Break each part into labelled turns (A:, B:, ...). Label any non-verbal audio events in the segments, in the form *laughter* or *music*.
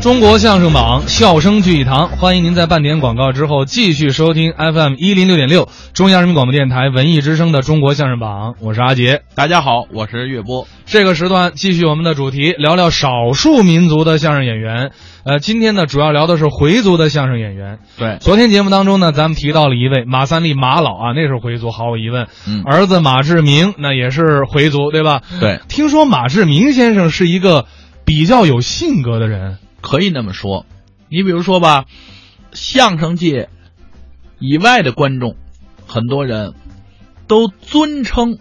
A: 中国相声榜，笑声聚一堂。欢迎您在半点广告之后继续收听 FM 一零六点六，中央人民广播电台文艺之声的《中国相声榜》，我是阿杰。
B: 大家好，我是岳波。
A: 这个时段继续我们的主题，聊聊少数民族的相声演员。呃，今天呢，主要聊的是回族的相声演员。
B: 对，
A: 昨天节目当中呢，咱们提到了一位马三立马老啊，那是回族，毫无疑问。
B: 嗯
A: 儿子马志明那也是回族，对吧？
B: 对，
A: 听说马志明先生是一个比较有性格的人。
B: 可以那么说。你比如说吧，相声界以外的观众，很多人都尊称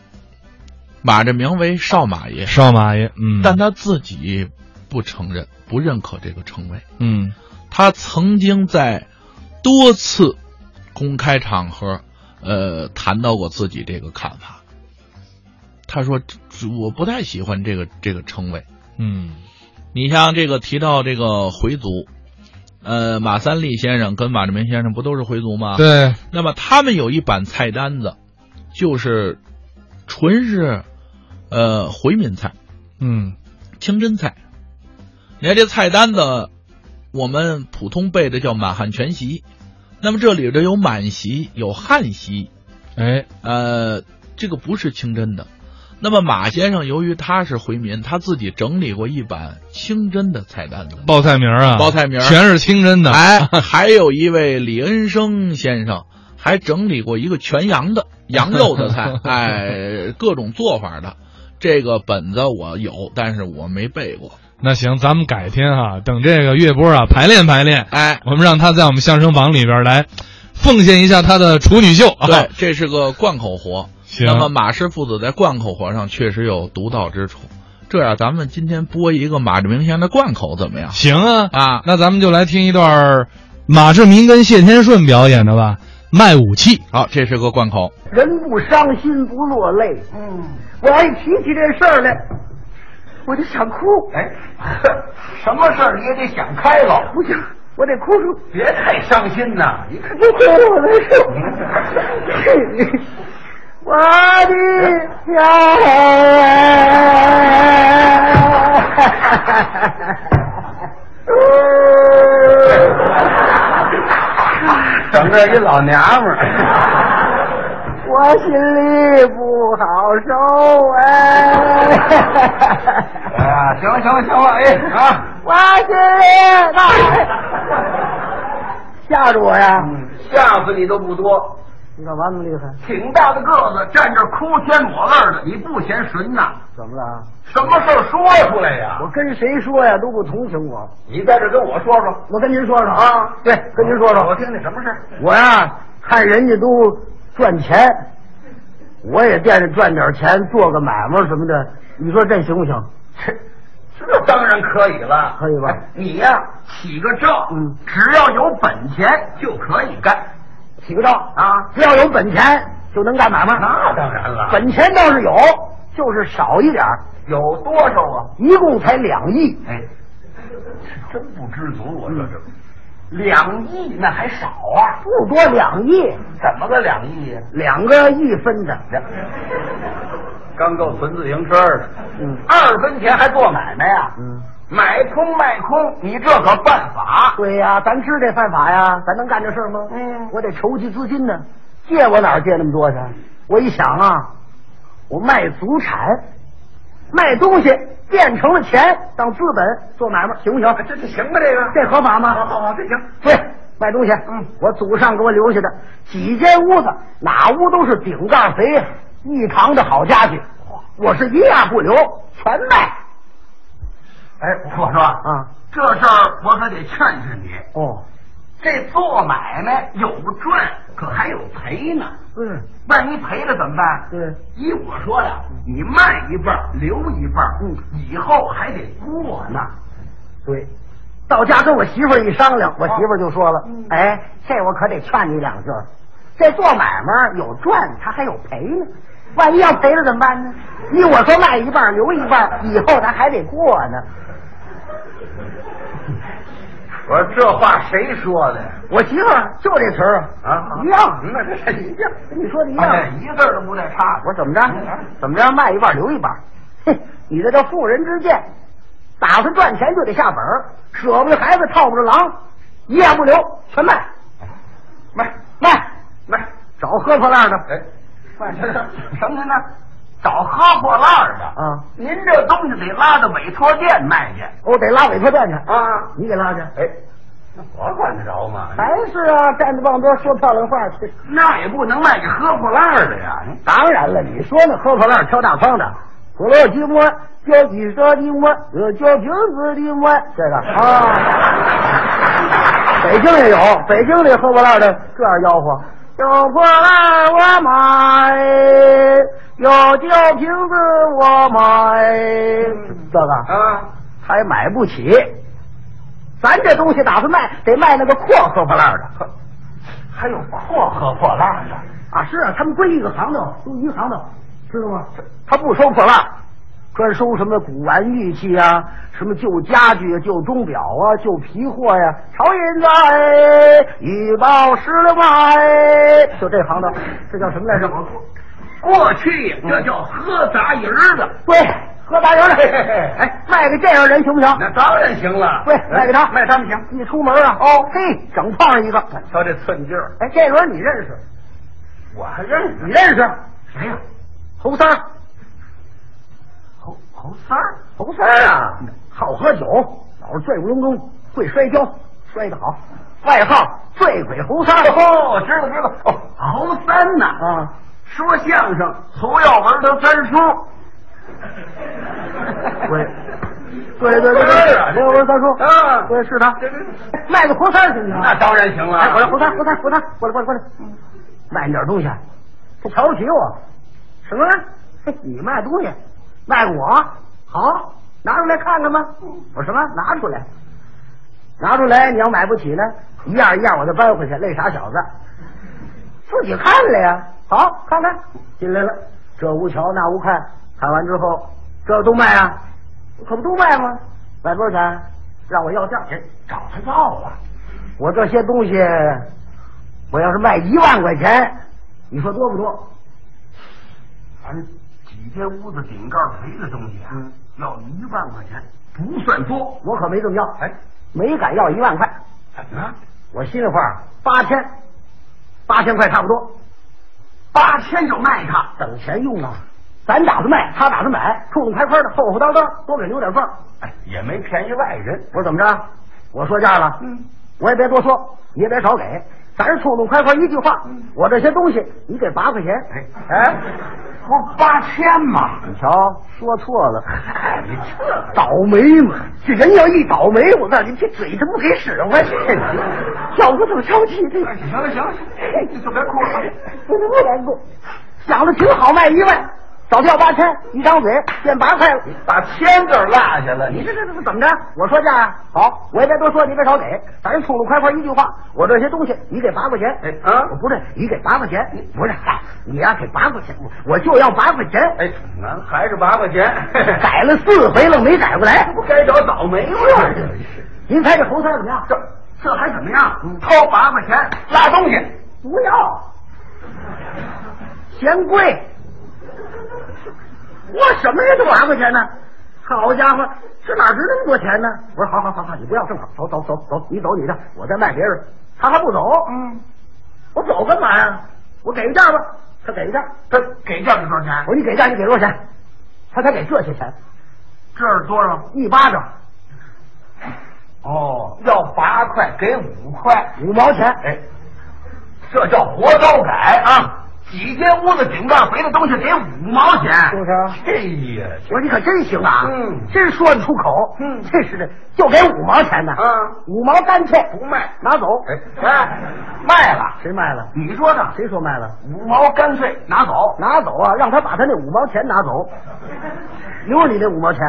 B: 马志明为少马爷，
A: 少马爷，嗯，
B: 但他自己不承认、不认可这个称谓。
A: 嗯
B: 他曾经在多次公开场合，呃，谈到过自己这个看法。他说：“这我不太喜欢这个这个称谓。”
A: 嗯
B: 你像这个提到这个回族，呃，马三立先生跟马志明先生不都是回族吗？。
A: 对，
B: 那么他们有一版菜单子，就是纯是呃回民菜、
A: 嗯
B: 清真菜。你看这菜单子，我们普通背的叫满汉全席，那么这里头有满席，有汉席，
A: 哎，
B: 呃，这个不是清真的。那么马先生由于他是回民，他自己整理过一版清真的菜单子。
A: 报菜名儿啊，
B: 报菜名儿
A: 全是清真的，
B: 哎，
A: *laughs*
B: 还有一位李恩生先生还整理过一个全羊的羊肉
A: *laughs*
B: 的菜，哎，各种做法的。这个本子我有，但是我没背过。
A: 那行，咱们改天哈、等这个月波啊排练排练，
B: 哎，
A: 我们让他在我们相声榜里边来奉献一下他的处女秀啊。
B: 对，，这是个贯口活。
A: 行
B: 那么马氏父子在贯口活上确实有独到之处。这样，咱们今天播一个马志明先生的贯口怎么样？
A: 行啊，
B: 啊，
A: 那咱们就来听一段儿马志明跟谢天顺表演的吧，卖武器。
B: 好，这是个贯口。
C: 人不伤心不落泪。嗯，我要一提起这事儿来，我就想哭。
D: 哎，什么事儿你也得想开了，
C: 不行，我得哭出，
D: 别太伤心呐！ *laughs* 你看
C: 不哭我难受。我的
D: 哎
C: 家。
D: 整个一老娘们 *laughs* 儿，
C: 我心里不好受啊哎。
D: *laughs* 哎呀，啊行了行了行了，哎啊，
C: 我心里大，吓着我呀！
D: 嗯吓死你都不多，
C: 你干嘛那么厉害？
D: 挺大的个子，站这儿哭天抹泪的，你不嫌神呐？
C: 怎么了？啊
D: 什么事儿说出来呀
C: 我？跟谁说呀都不同情我。
D: 你在这儿跟我说说
C: 我跟您说说，
D: 啊？
C: 对，跟您说
D: 我
C: 说，
D: 听听什么事儿？
C: 我呀看人家都赚钱，我也惦着赚点钱，做个买卖什么的，你说这行不
D: 啊
C: 行？
D: *laughs* 这当然可以了，
C: 可以吧
D: 哎你呀、起个照，
C: 嗯
D: 只要有本钱就可以干。
C: 起个照
D: 啊
C: 只要有本钱就能干买卖。
D: 那当然了
C: 本钱倒是有，就是少一点儿，
D: 有多少啊？
C: 一共才两亿。
D: 哎，真不知足，我这是。两亿那还少啊？
C: 嗯不多两亿，
D: 怎么个两亿啊呀？
C: 两个亿分的。
D: 刚够存自行车的，
C: 嗯
D: 二分钱还做买卖呀、
C: 嗯，
D: 买空卖空，你这可犯法。
C: 对呀、咱知这犯法呀，咱能干这事儿吗？
D: 嗯
C: 我得筹集资金呢，借我哪儿借那么多去？我一想啊，我卖祖产，卖东西变成了钱当资本做买卖，行不行？
D: 这这行吧？这个
C: 这合法吗？
D: 好好好，这行。
C: 对，卖东西。
D: 嗯
C: 我祖上给我留下的几间屋子，哪屋都是顶盖肥一堂的好家具，我是一样不留，全卖。
D: 哎，我说
C: 啊，
D: 这事儿我可得劝劝你。
C: 哦，
D: 这做买卖有赚，可还有赔呢。
C: 嗯，
D: 万一赔了怎么办？
C: 对，
D: 依我说呀，你卖一半儿留一半儿，
C: 嗯
D: 以后还得过呢。
C: 对。到家跟我媳妇儿一商量，我
D: 啊
C: 媳妇儿就说了：“
D: 嗯
C: 哎，这我可得劝你两句儿，这做买卖有赚，他还有赔呢。万一要赔了怎么办呢？依我说卖一半儿留一半儿，以后咱还得过呢。
D: 我说这话谁说的呀？
C: 我媳妇儿就这词儿
D: 啊，
C: 一样。
D: 那这是一样，
C: 跟你说的一样。
D: 哎一字儿都不带差的。
C: 我说怎么着？怎么着卖一半留一半？哼，你这叫妇人之见。打算赚钱就得下本儿，舍不得孩子套不着狼，一样不留，全卖，
D: 卖
C: 卖，
D: 卖，
C: 找喝破烂的。
D: 哎，卖什么什么呢？找哈破烂儿的
C: 啊！
D: 您这东西得拉到委托店卖去
C: 我得拉委托站去，
D: 啊！
C: 你给拉去。
D: 哎，那我管得着吗？
C: 还是啊，站在傍边说漂亮话去。
D: 哎那也不能卖给喝破烂儿的呀！
C: 哎当然了，你说那喝破烂挑大筐的，胡萝卜鸡摸，浇几勺的摸，呃，浇瓶子的摸，这个啊，北京也有，北京这喝破烂的这样吆喝。有破烂我买，有胶瓶子我买，这个
D: 啊，
C: 还买不起。咱这东西打算卖，得卖那个阔喝破烂的。
D: 还有阔喝破烂儿的。
C: 啊，是啊，他们归一个行当，都一个行当，知道吗？他不收破烂，专收什么古玩玉器啊，什么旧家具啊、旧钟表啊、旧皮货呀、朝银子哎，一包十六卖，就这行当，这叫什么来着？
D: 过去呀这叫喝杂鱼儿的，
C: 对，喝大油的，
D: 嘿嘿嘿
C: 哎，卖给这样人行不行？
D: 那当然行了。哎
C: 对，哎卖给他，
D: 卖他们行。
C: 一出门啊，哦，嘿，整胖上一个。
D: 瞧这寸劲儿，
C: 哎，这轮你认识？
D: 我还认识
C: 你认识？
D: 谁哎呀？
C: 侯三儿，
D: 侯侯三儿，
C: 侯三儿啊，好喝酒，老是醉不隆咚，会摔跤，摔得好，外号醉鬼侯三儿。
D: 哦，知道知道。哦，侯三呐，
C: 啊，
D: 说相声，侯耀文他三叔。
C: 对，对对对哦
D: 是啊
C: 对，我我三叔，
D: 啊
C: 对，是他
D: 这这，
C: 卖个侯三儿行不行？
D: 那当然行了。
C: 哎，过来，侯三，侯三，侯三，过来，过来，过来，卖你点东西，他瞧不起我，什么？嘿你卖东西，卖给我，好，拿出来看看吧。我什么？拿出来，拿出来，你要买不起呢，一样一样我再搬回去，累傻小子，自己看了呀。好，看看，进来了，这屋瞧，那屋看，看完之后，这都卖啊，可不都卖吗？卖多少钱？让我要价钱。
D: 找他要啊。
C: 我这些东西，我要是卖一万块钱，你说多不多？
D: 反正几间屋子顶盖肥的东西啊，要一万块钱不算多。
C: 嗯我可没这么要，
D: 哎，
C: 没敢要一万块。
D: 怎么了？
C: 我心里话，八千，八千块差不多，
D: 八千就卖他？
C: 等钱用啊。咱打算卖，他打算买，冲动开分的，厚厚道道，多给留点缝儿。
D: 哎，也没便宜外人。
C: 我说怎么着？我说价了，
D: 嗯，
C: 我也别多说，你也别少给，咱是冲动开分，一句话，我这些东西你给八块钱。
D: 嗯哎，不八千吗？
C: 你瞧，说错了。
D: 哎， *laughs* 你这个
C: 倒霉嘛！这人要一倒霉，我告诉你，这嘴他不给使唤，
D: *laughs*
C: 小姑怎么着急 *laughs* 的？
D: 哎行了行了，你就别哭了。
C: 不能不难过，想的挺好，卖一万，早掉八千，一张嘴变八块了。
D: 把千字落下了，
C: 你
D: 你
C: 这这这怎么着？我说价啊，好，我也别多说，你别少给，咱是痛痛快快一句话。我这些东西你给八块钱，
D: 哎啊
C: 我不是你给八块钱，不是，嗨你要给八块钱，我我就要八块钱。
D: 哎，咱还是八
C: *laughs*
D: 块钱，
C: 改了四回了，没改过来。
D: 不该找倒霉吗？
C: 您猜这侯三怎么样？嗯
D: 这这还怎么样？掏八块钱拉东西，
C: 不要，嫌贵。我什么人都八块钱呢？好家伙，这哪值那么多钱呢？我说好好好好，你不要，正好走走走走，你走你的，我再卖别人。他还不走，
D: 嗯，
C: 我走干嘛呀？我给个价吧，他给个价。
D: 他给这是多少钱
C: 我？说你给价，你给多少钱？他才给这些钱，
D: 这是多少？
C: 一巴掌，
D: 哦，要八块给五块，
C: 五毛钱。
D: 哎，这叫活招改啊！几间屋子顶盖肥的东西给五毛钱，
C: 是不是
D: 哎呀，
C: 我说你可真行啊，
D: 嗯
C: 真说得出口，
D: 嗯
C: *laughs* 这是的，就给五毛钱呢，
D: 嗯
C: 啊五毛干脆
D: 不卖
C: 拿走，
D: 哎哎，卖了，
C: 谁卖了？
D: 你说呢？
C: 谁说卖了？
D: 五毛干脆拿走，
C: 拿走啊！让他把他那五毛钱拿走，留着你那五毛钱，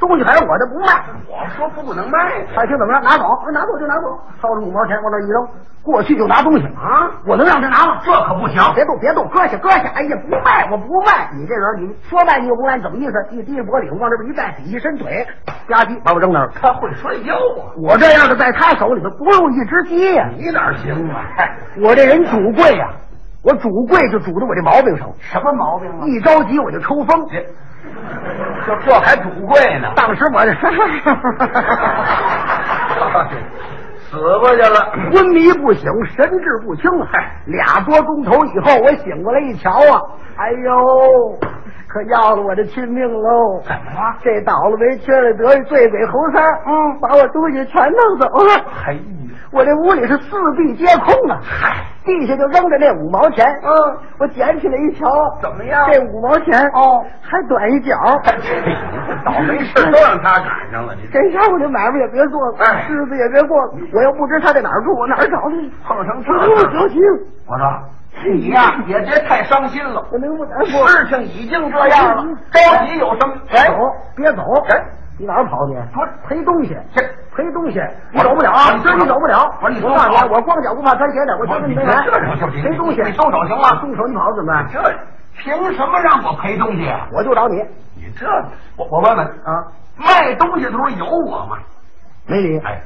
C: 东西还是我的，不卖。
D: 我说不能卖，
C: 爱听怎么着？拿走，
D: 啊
C: 拿走就拿走，掏出五毛钱往那一扔，过去就拿东西啊！我能让他拿吗？
D: 这可不行。
C: 别动，别动，搁下，搁下！哎呀，不卖，我不卖！你这人，你说卖你又不卖，你怎么意思？一低着脖领往这边一站，一伸腿，吧唧把我扔那儿了。
D: 他会摔跤啊！
C: 我这样的在他手里头不用一只鸡呀、
D: 你哪行啊？
C: 我这人主贵呀、我主贵就主到我这毛病上了，
D: 什么毛病
C: 一着急我就抽风，
D: 这这这还主贵呢，
C: 当时我就 *laughs*
D: 死过去了。
C: 昏迷不醒，神志不清啊！俩多钟头以后，我醒过来一瞧啊，哎呦，可要了我的亲命喽！
D: 怎么了
C: 这倒了霉、缺了德、醉鬼猴三儿，嗯，把我东西全弄走了。
D: 嘿，
C: 我这屋里是四壁皆空啊！嗨，地下就扔着那五毛钱，嗯，我捡起来一瞧，
D: 怎么样
C: 这五毛钱
D: 哦，
C: 还短一角。
D: 这倒霉事儿都
C: *laughs*
D: 让他赶上了，你这
C: 这下我这买卖也别做了，
D: 哎嗯
C: 日子也别过了。我又不知他在哪儿住，我哪儿找他去？
D: 碰上这
C: 不
D: 事
C: 行
D: 儿，
C: 行，
D: 我说你呀、也别太伤心了，
C: 我能不难过？
D: 事情已经这样了，着急有什么？哎，
C: 走，别走
D: 哎，
C: 你哪儿跑去？
D: 不是
C: 赔东西，
D: 这
C: 赔东西，
D: 我
C: 你走不了啊！
D: 你
C: 你真
D: 说
C: 你走不了。
D: 不是你
C: 我
D: 说
C: 告诉
D: 好
C: 你，我光脚不怕穿鞋的，我今儿跟你没完。
D: 啊这种就行
C: 赔东西，啊
D: 你松手行吗
C: 松手你跑怎么办？
D: 这凭什么让我赔东西啊？
C: 我就找你
D: 你这，我我问问，
C: 啊！
D: 卖东西的时候有我吗？
C: 没理
D: 哎，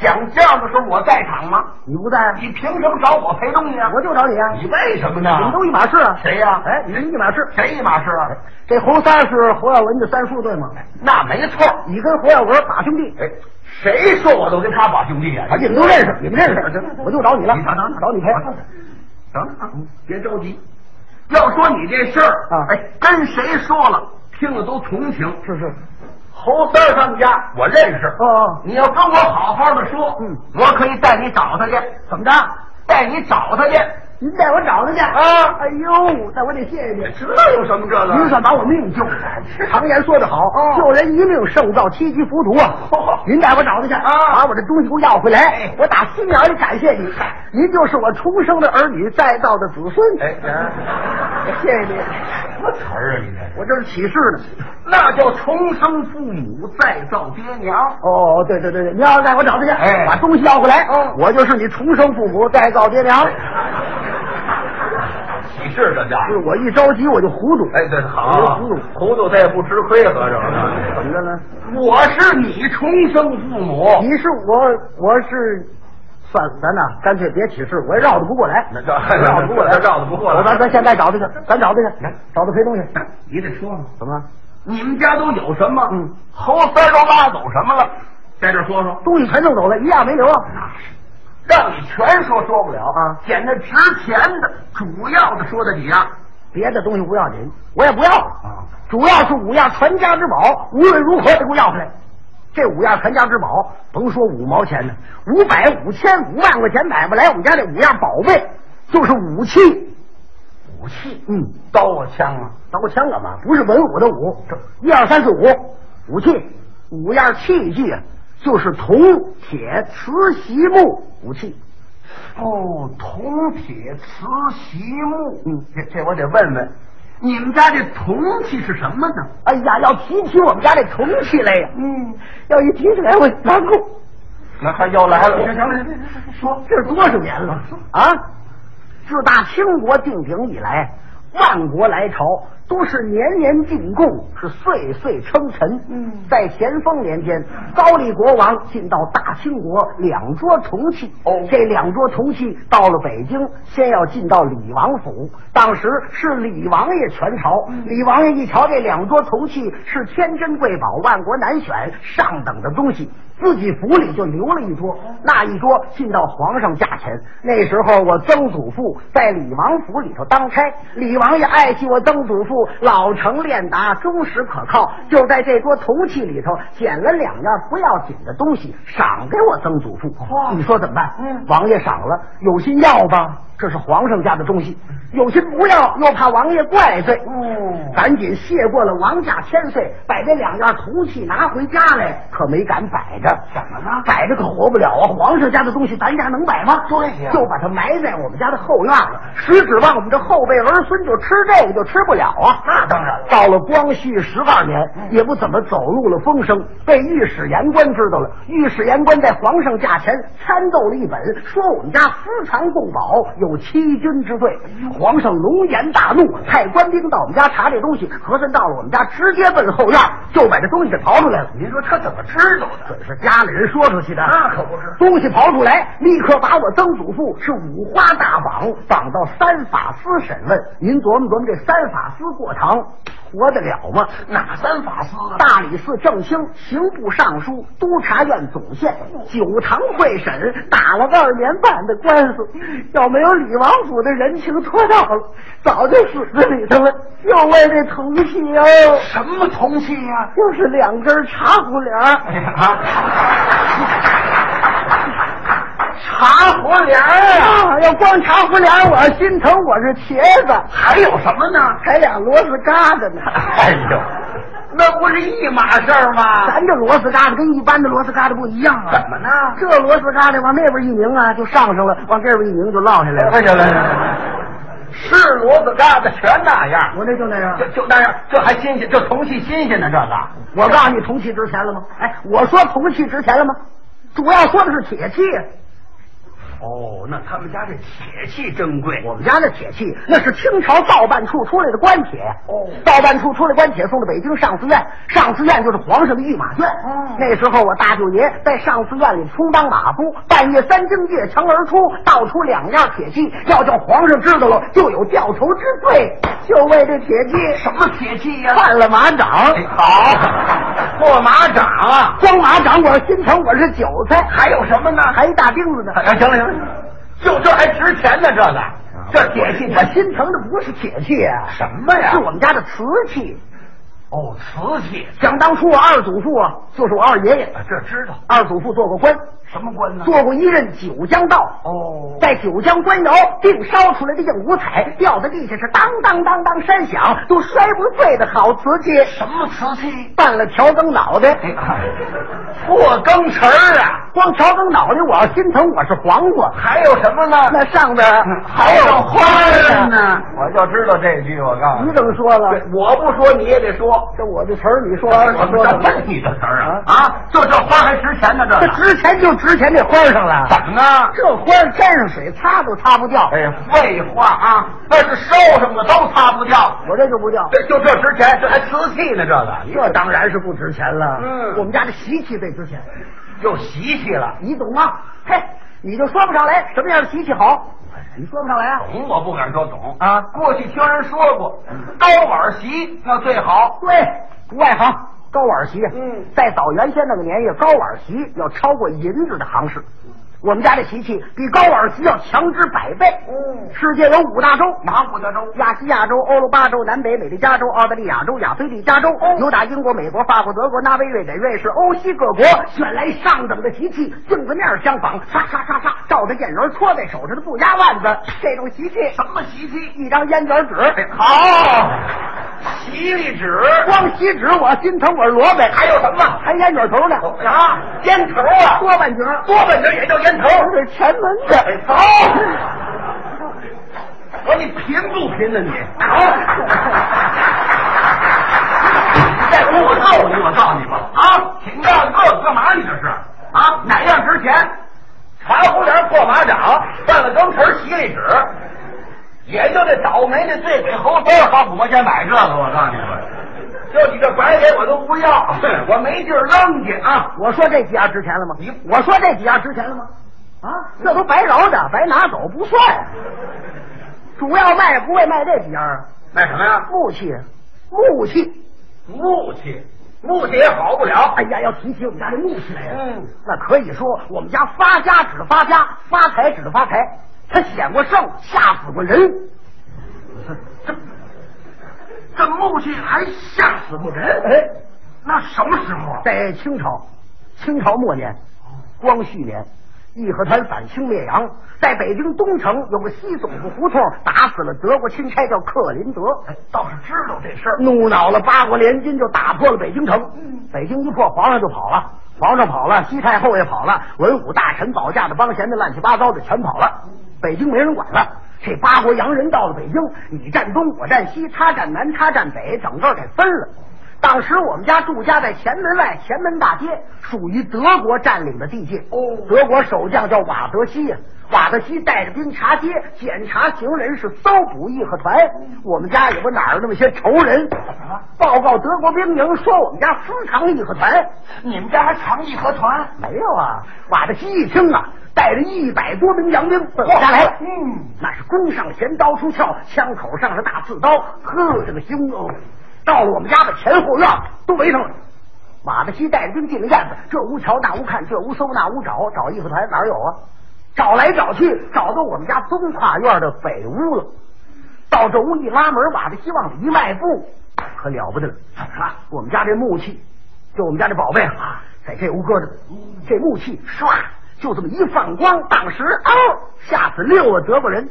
D: 讲价的时候我在场吗？
C: 你不在啊，
D: 你凭什么找我赔东西啊？
C: 我就找你啊！
D: 你为什么呢？
C: 你们都一码事啊！
D: 谁呀
C: 哎，你们一码事。
D: 谁一码事啊？
C: 这侯三是侯耀文的三叔，对吗？
D: 那没错。
C: 你跟侯耀文把兄弟，
D: 哎，谁说我都跟他把兄弟啊？哎
C: 啊，你们都认识，你们认识，我就找你了，
D: 你找找找
C: 找你赔。
D: 等等，别着急。要说你这事儿
C: 啊
D: 哎，跟谁说了，听了都同情。
C: 是是，
D: 侯三儿他们家我认识，
C: 哦，
D: 你要跟我好好的说，
C: 嗯，
D: 我可以带你找他去。怎么着？带你找他去？
C: 您带我找他去啊！哎呦，那我得谢谢您，
D: 这有什么这个？
C: 您算把我命救
D: 哎
C: 了。常言说得好，救人一命胜造七级浮屠啊
D: 哦！
C: 您带我找他去
D: 啊
C: 把我这东西给我要回来
D: 哎，
C: 我打心眼里感谢您，您就是我出生的儿女，再造的子孙。
D: 哎，啊
C: 谢谢
D: *laughs*
C: 您，
D: 什么词儿啊？你这是？
C: 我这是起誓呢。
D: 那叫重生父母，再造爹娘。
C: 哦，对对对对，你要带我找他去，
D: 哎
C: 把东西要回来，
D: 嗯
C: 我就是你重生父母，再造爹
D: 哎
C: 娘。
D: 喜事这家
C: 是我一着急我就糊涂，
D: 哎，对，好
C: 啊糊涂，
D: 糊涂他也不吃亏，合着
C: 怎啊么着呢？
D: 我是你重生父母，
C: 你是我，我是，算咱呐，干脆别起誓，我也绕得不过来，
D: 那绕
C: 绕得不过来，
D: 绕得不过来
C: 我咱咱现在找他去，咱找他去，找他赔东西，
D: 你得说说，
C: 怎么了？
D: 你们家都有什么？
C: 嗯，
D: 侯三儿都拉走什么了？在这儿说说，
C: 东西全弄走了，一样没留啊！
D: 让你全说说不了
C: 啊
D: 捡那值钱的、主要的说的几样
C: 别的东西不要紧，我也不要了，
D: 啊，
C: 主要是五样传家之宝，无论如何得给我要回来。这五样传家之宝，甭说五毛钱的，五百、五千、五万块钱买不来我们家这五样宝贝，就是武器。
D: 武器，
C: 嗯，
D: 刀啊、枪啊，
C: 刀枪干嘛？不是文武的武，一二三四五，武器五样器具啊，就是铜、铁、瓷、席、木武器。
D: 哦，铜、铁、瓷、席、木，
C: 嗯，
D: 这这我得问问，你们家这铜器是什么呢？
C: 哎呀，要提起我们家这铜器来呀，嗯，要一提起来我难过。
D: 那他又来了，
C: 行行了行说这是多少年了啊？自大清国定鼎以来，万国来朝都是年年进贡，是岁岁称臣。嗯，在咸丰年间，高丽国王进到大清国两桌铜器。
D: 哦
C: 这两桌铜器到了北京，先要进到李王府。当时是李王爷全朝，李王爷一瞧这两桌铜器是天珍贵宝，万国难选，上等的东西，自己府里就留了一桌。那一桌进到皇上驾前，那时候我曾祖父在李王府里头当差，李王爷爱惜我曾祖父老成练达，忠实可靠，就在这桌铜器里头捡了两样不要紧的东西，赏给我曾祖父。你说怎么办？
D: 嗯
C: 王爷赏了，有心要吧，这是皇上家的东西；有心不要，又怕王爷怪罪。
D: 嗯
C: 赶紧谢过了王家千岁，把这两样铜器拿回家来，可没敢摆着。
D: 怎么了
C: 摆着可活不了啊！皇上家的东西，咱家能摆吗？
D: 对呀
C: 就把它埋在我们家的后院了。实指望我们这后辈儿孙就吃这个就吃不了啊！
D: 那当然了嗯
C: 到了光绪十二年，也不怎么走入了风声，被御史言官知道了。御史言官在皇上驾前参奏了一本，说我们家私藏贡宝，有欺君之罪。
D: 嗯
C: 皇上龙颜大怒，派官兵到我们家查这东西，和珅到了我们家，直接奔后院就把这东西给刨出来了。
D: 您说他怎么知道的？
C: 准是家里人说出去的，
D: 那可不是
C: 东西刨出来，立刻把我曾祖父是五花大绑，绑到三法司审问。您琢磨琢磨，这三法司过堂，活得了吗？
D: 哪三法司啊？
C: 大理寺正卿、刑部尚书、督察院总宪、九堂会审，打了二年半的官司，要没有李王府的人情托到了，早就死在里头了。就为这铜器哦，
D: 什么啊铜器呀、
C: 就是两根茶壶脸儿
D: 哎呀茶壶帘儿啊，
C: 啊！要光茶壶脸儿，我心疼我是茄子，
D: 还有什么呢？
C: 还俩螺丝疙瘩呢。
D: 哎呦，哎那不是一码事儿吗？
C: 咱这螺丝疙瘩跟一般的螺丝疙瘩不一样啊！
D: 怎么呢
C: 这螺丝疙瘩往那边一拧啊，就上上了；往这边一拧就落下来了。
D: 哎呀，来来来，是骡子疙瘩全那样，
C: 我这就那样
D: 就。就那样，这还新鲜，这铜器新鲜呢，这个。
C: 我告诉你，铜器值钱了吗？哎，我说铜器值钱了吗？主要说的是铁器。啊
D: 哦，那他们家这铁器珍贵，
C: 我们家那铁器，那是清朝造办处出来的官铁。
D: 哦
C: 造办处出来官铁，送到北京上寺院，上寺院就是皇上的御马圈。
D: 嗯
C: 那时候我大舅爷在上寺院里充当马夫，半夜三更夜墙而出，倒出两样铁器，要叫皇上知道了，就有掉头之罪。就为这铁器，
D: 什么铁器呀、
C: 犯了马掌，
D: 哎好，过马掌啊，
C: 光马掌我心疼我是韭菜，
D: 还有什么呢？
C: 还一大钉子呢。
D: 哎，行了行了，就这还值钱呢，这个这铁器
C: 我心疼的不是铁器啊，
D: 什么呀？
C: 是我们家的瓷器。
D: 哦，瓷器，
C: 想当初我二祖父啊，就是我二爷爷，
D: 啊这知道
C: 二祖父做过官，
D: 什么官呢？
C: 做过一任九江道，
D: 哦，
C: 在九江官窑并烧出来的硬五彩，掉在地下是当当当当山响，都摔不碎的好瓷器。
D: 什么瓷器？
C: 办了调羹脑袋，
D: 哎，破羹匙儿啊，
C: 光调羹脑袋，我要心疼我是黄瓜，
D: 还有什么呢？啊
C: 那上边
D: 还有
C: 花
D: 嗯儿
C: 呢。
D: 呢，我就知道这句，我告
C: 你怎么说了？
D: 我不说你也得说，
C: 这我的词嗯儿，你说
D: *laughs* 我
C: 我说
D: 这
C: 的
D: 问你的词儿啊啊！就这花还值钱呢，这
C: 这
D: 个
C: 值钱就值钱这花上了。
D: 怎么呢？
C: 这花儿沾上水擦都擦不掉，
D: 啊哎呀，废话啊，那是烧上的都擦不掉，
C: 我这就不掉。
D: 这就这值钱，这还瓷器呢，这个
C: 这当然是不值钱了。
D: 嗯
C: 我们家的习气最值钱，
D: 又习气了。
C: 你懂吗？嘿，你就说不上来什么样的习气好，你说不上来啊。
D: 懂我不敢说懂
C: 啊
D: 过去听人说过，
C: 嗯
D: 高碗席那最好。
C: 对，不外行。高碗席，
D: 嗯
C: 在早原先那个年月，高碗席要超过银子的行市。我们家的习气比高碗席要强之百倍。
D: 嗯
C: 世界有五大洲，
D: 马古德州
C: 亚细亚洲、欧罗巴洲、南北美利加州、澳大利亚州、亚非利加州，
D: 哦
C: 有打英国、美国、法国、德国、挪威、瑞典、瑞士、欧西各国选来上等的习气，镜子面相仿，刷刷刷刷，照着剑轮搓在手上的不压腕子，这种习气，
D: 什么习气？哎
C: 一张烟卷纸，
D: 好，席里哦纸
C: 光锡纸我心疼我是萝卜，
D: 还有什么？
C: 还烟卷头呢，
D: 啊，烟头啊，
C: 多半截儿，
D: 多半截也叫烟头。
C: 这是前门
D: 哎
C: 的，
D: 好，我说你贫不贫呢你？
C: 啊
D: 再说我告诉你，我告诉你吧，啊，请告诉我干嘛你这是？啊，哪样值钱？茶壶帘破马掌，半个羹匙洗里纸，也就这倒霉的罪给猴腮儿花五毛钱买这个，我告诉你吧，就你这白给我都不要，我没地儿扔去啊！
C: 我说这几样值钱了吗？
D: 你
C: 我说这几样值钱了吗？啊，这都白饶的，白拿走不算。主要卖不为卖这几样啊，
D: 卖什么呀？
C: 木器，木器。
D: 木器，木器也好不了。
C: 哎呀，要提起我们家这木器来呀、
D: 嗯
C: 那可以说我们家发家指的发家，发财指的发财。他显过圣，吓死过人。
D: 这木器还吓死过人
C: 哎，
D: 那什么时候啊？
C: 在清朝，清朝末年，光绪年，义和团反清灭洋，在北京东城有个西总部胡同，打死了德国钦差叫克林德，
D: 哎倒是知道这事儿。嗯
C: 怒恼了八国联军，就打破了北京城。北京一破，皇上就跑了，皇上跑了，西太后也跑了，文武大臣、保驾的、帮闲的、乱七八糟的全跑了，北京没人管了。这八国洋人到了北京，你站东，我站西，他站南，他站北，整个给分了。当时我们家住家在前门外前门大街，属于德国占领的地界。
D: 哦
C: 德国守将叫瓦德西呀，瓦德西带着兵查街，检查行人，是搜捕义和团。我们家也不哪儿有那么些仇人，
D: 啊
C: 报告德国兵营说我们家私藏义和团，
D: 你们家还藏义和团？
C: 没有啊。瓦德西一听啊，带着一百多名洋兵奔我家来了。
D: 嗯，
C: 那是弓上弦，刀出鞘，枪口上是大刺刀，呵，这个凶哦！到了我们家的前后院都围上了。马大西带着兵进了院子，这屋瞧那屋看，这屋搜那屋找，找义和团哪儿有啊？找来找去，找到我们家东跨院的北屋了。到这屋一拉门，马大西往里一迈步，可了不得了啊！我们家这木器，就我们家这宝贝啊，在这屋搁着，这木器唰就这么一放光，当时嗷吓死六个德国人。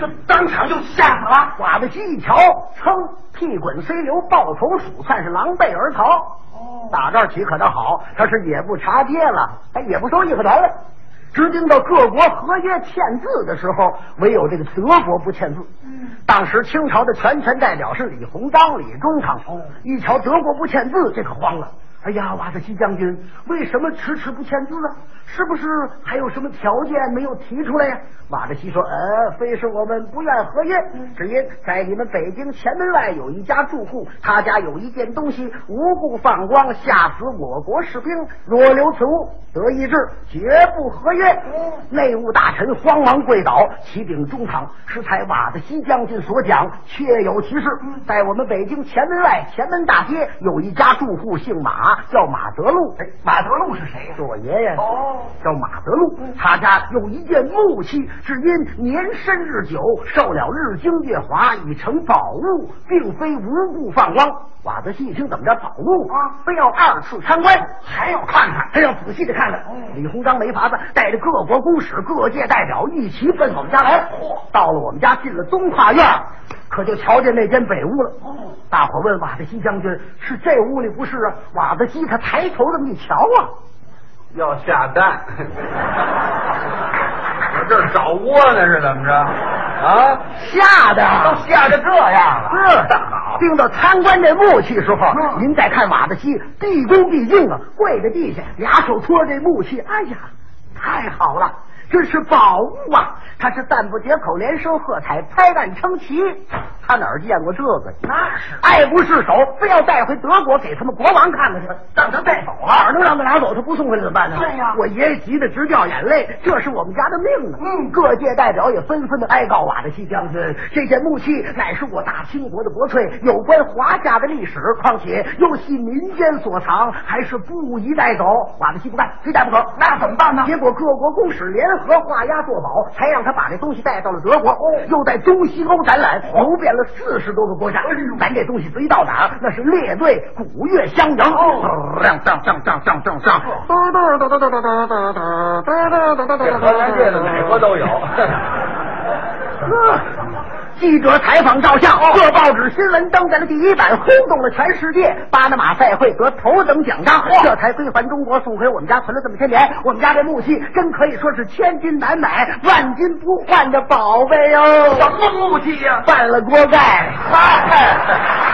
D: 这当场就吓死了。
C: 马大西一瞧，噌，屁滚飞流，抱头鼠窜，是狼狈而逃。
D: 哦
C: 打这儿起可倒好，他是也不查街了，他也不收义和团了，直盯到各国合约签字的时候，唯有这个德国不签字。当时清朝的全权代表是李鸿章、李中堂，一瞧德国不签字，这可慌了。哎呀，瓦特西将军，为什么迟迟不签字啊？是不是还有什么条件没有提出来呀、瓦特西说：“呃，非是我们不愿合约，只因在你们北京前门外有一家住户，他家有一件东西，无故放光，吓死我国士兵。若留此物，德意志绝不合约。”
D: 嗯
C: 内务大臣慌忙跪倒，启禀中堂，是才瓦特西将军所讲，确有其事。
D: 嗯
C: 在我们北京前门外前门大街有一家住户姓马，叫马德禄。哎，
D: 马德禄是谁呀
C: 是我爷爷。
D: 哦，
C: 叫马德禄，他家有一件木器，只因年深日久，受了日精月华，已成宝物，并非无故放光。瓦德西一听怎么着宝物
D: 啊
C: 非要二次参观，
D: 还要看看
C: 还要仔细的看看。李鸿章没法子，带着各国公使、各界代表一齐奔我们家来。到了我们家，进了东跨院儿，可就瞧见那间北屋了。大伙问瓦德西将军：“是这屋里不是啊？”瓦德西他抬头这么一瞧啊，
D: 要下 *laughs* 蛋，我这儿找窝呢是怎么着？啊，
C: 吓得
D: 都吓得这样了，
C: 是
D: 好，
C: 定啊到参观这木器时候，
D: 嗯
C: 您再看瓦子西毕恭毕敬啊，跪在地下，俩手托着这木器，哎呀，太好了，这是宝物啊！他是赞不绝口，连声喝彩，拍案称奇。他哪儿见过这个呀？
D: 那是
C: 爱不释手，非要带回德国给他们国王看看去，
D: 让他带走
C: 哪儿
D: 了。
C: 能让他拿走？他不送回来怎么办呢？
D: 对啊呀
C: 我爷爷急得直掉眼泪，这是我们家的命啊！
D: 嗯
C: 各界代表也纷纷的哀告瓦德西将军，这件木器乃是我大清国的国粹，有关华夏的历史，况且又系民间所藏，还是不宜带走。瓦德西不干，非带不可。
D: 那怎么办呢？
C: 结果各国公使联合画押作保，才让他把这东西带到了德国，
D: 哦
C: 又在中西欧展览，游遍了四十多个国家。
D: 哎
C: 咱这东西贼到哪儿，那是列队鼓乐相迎，
D: 哦
C: 当当当当当当当，
D: 这荷兰队的哪国 *laughs* 都有。
C: *laughs* 记者采访照相，
D: 哦
C: 各报纸新闻登在了第一版，轰动了全世界。巴拿马赛会得头等奖章，
D: 哦
C: 这才归还中国，送回我们家，存了这么些年。我们家这木器真可以说是千金难买、万金不换的宝贝哟、
D: 什么木器呀？
C: 犯了锅盖。
D: 嗨。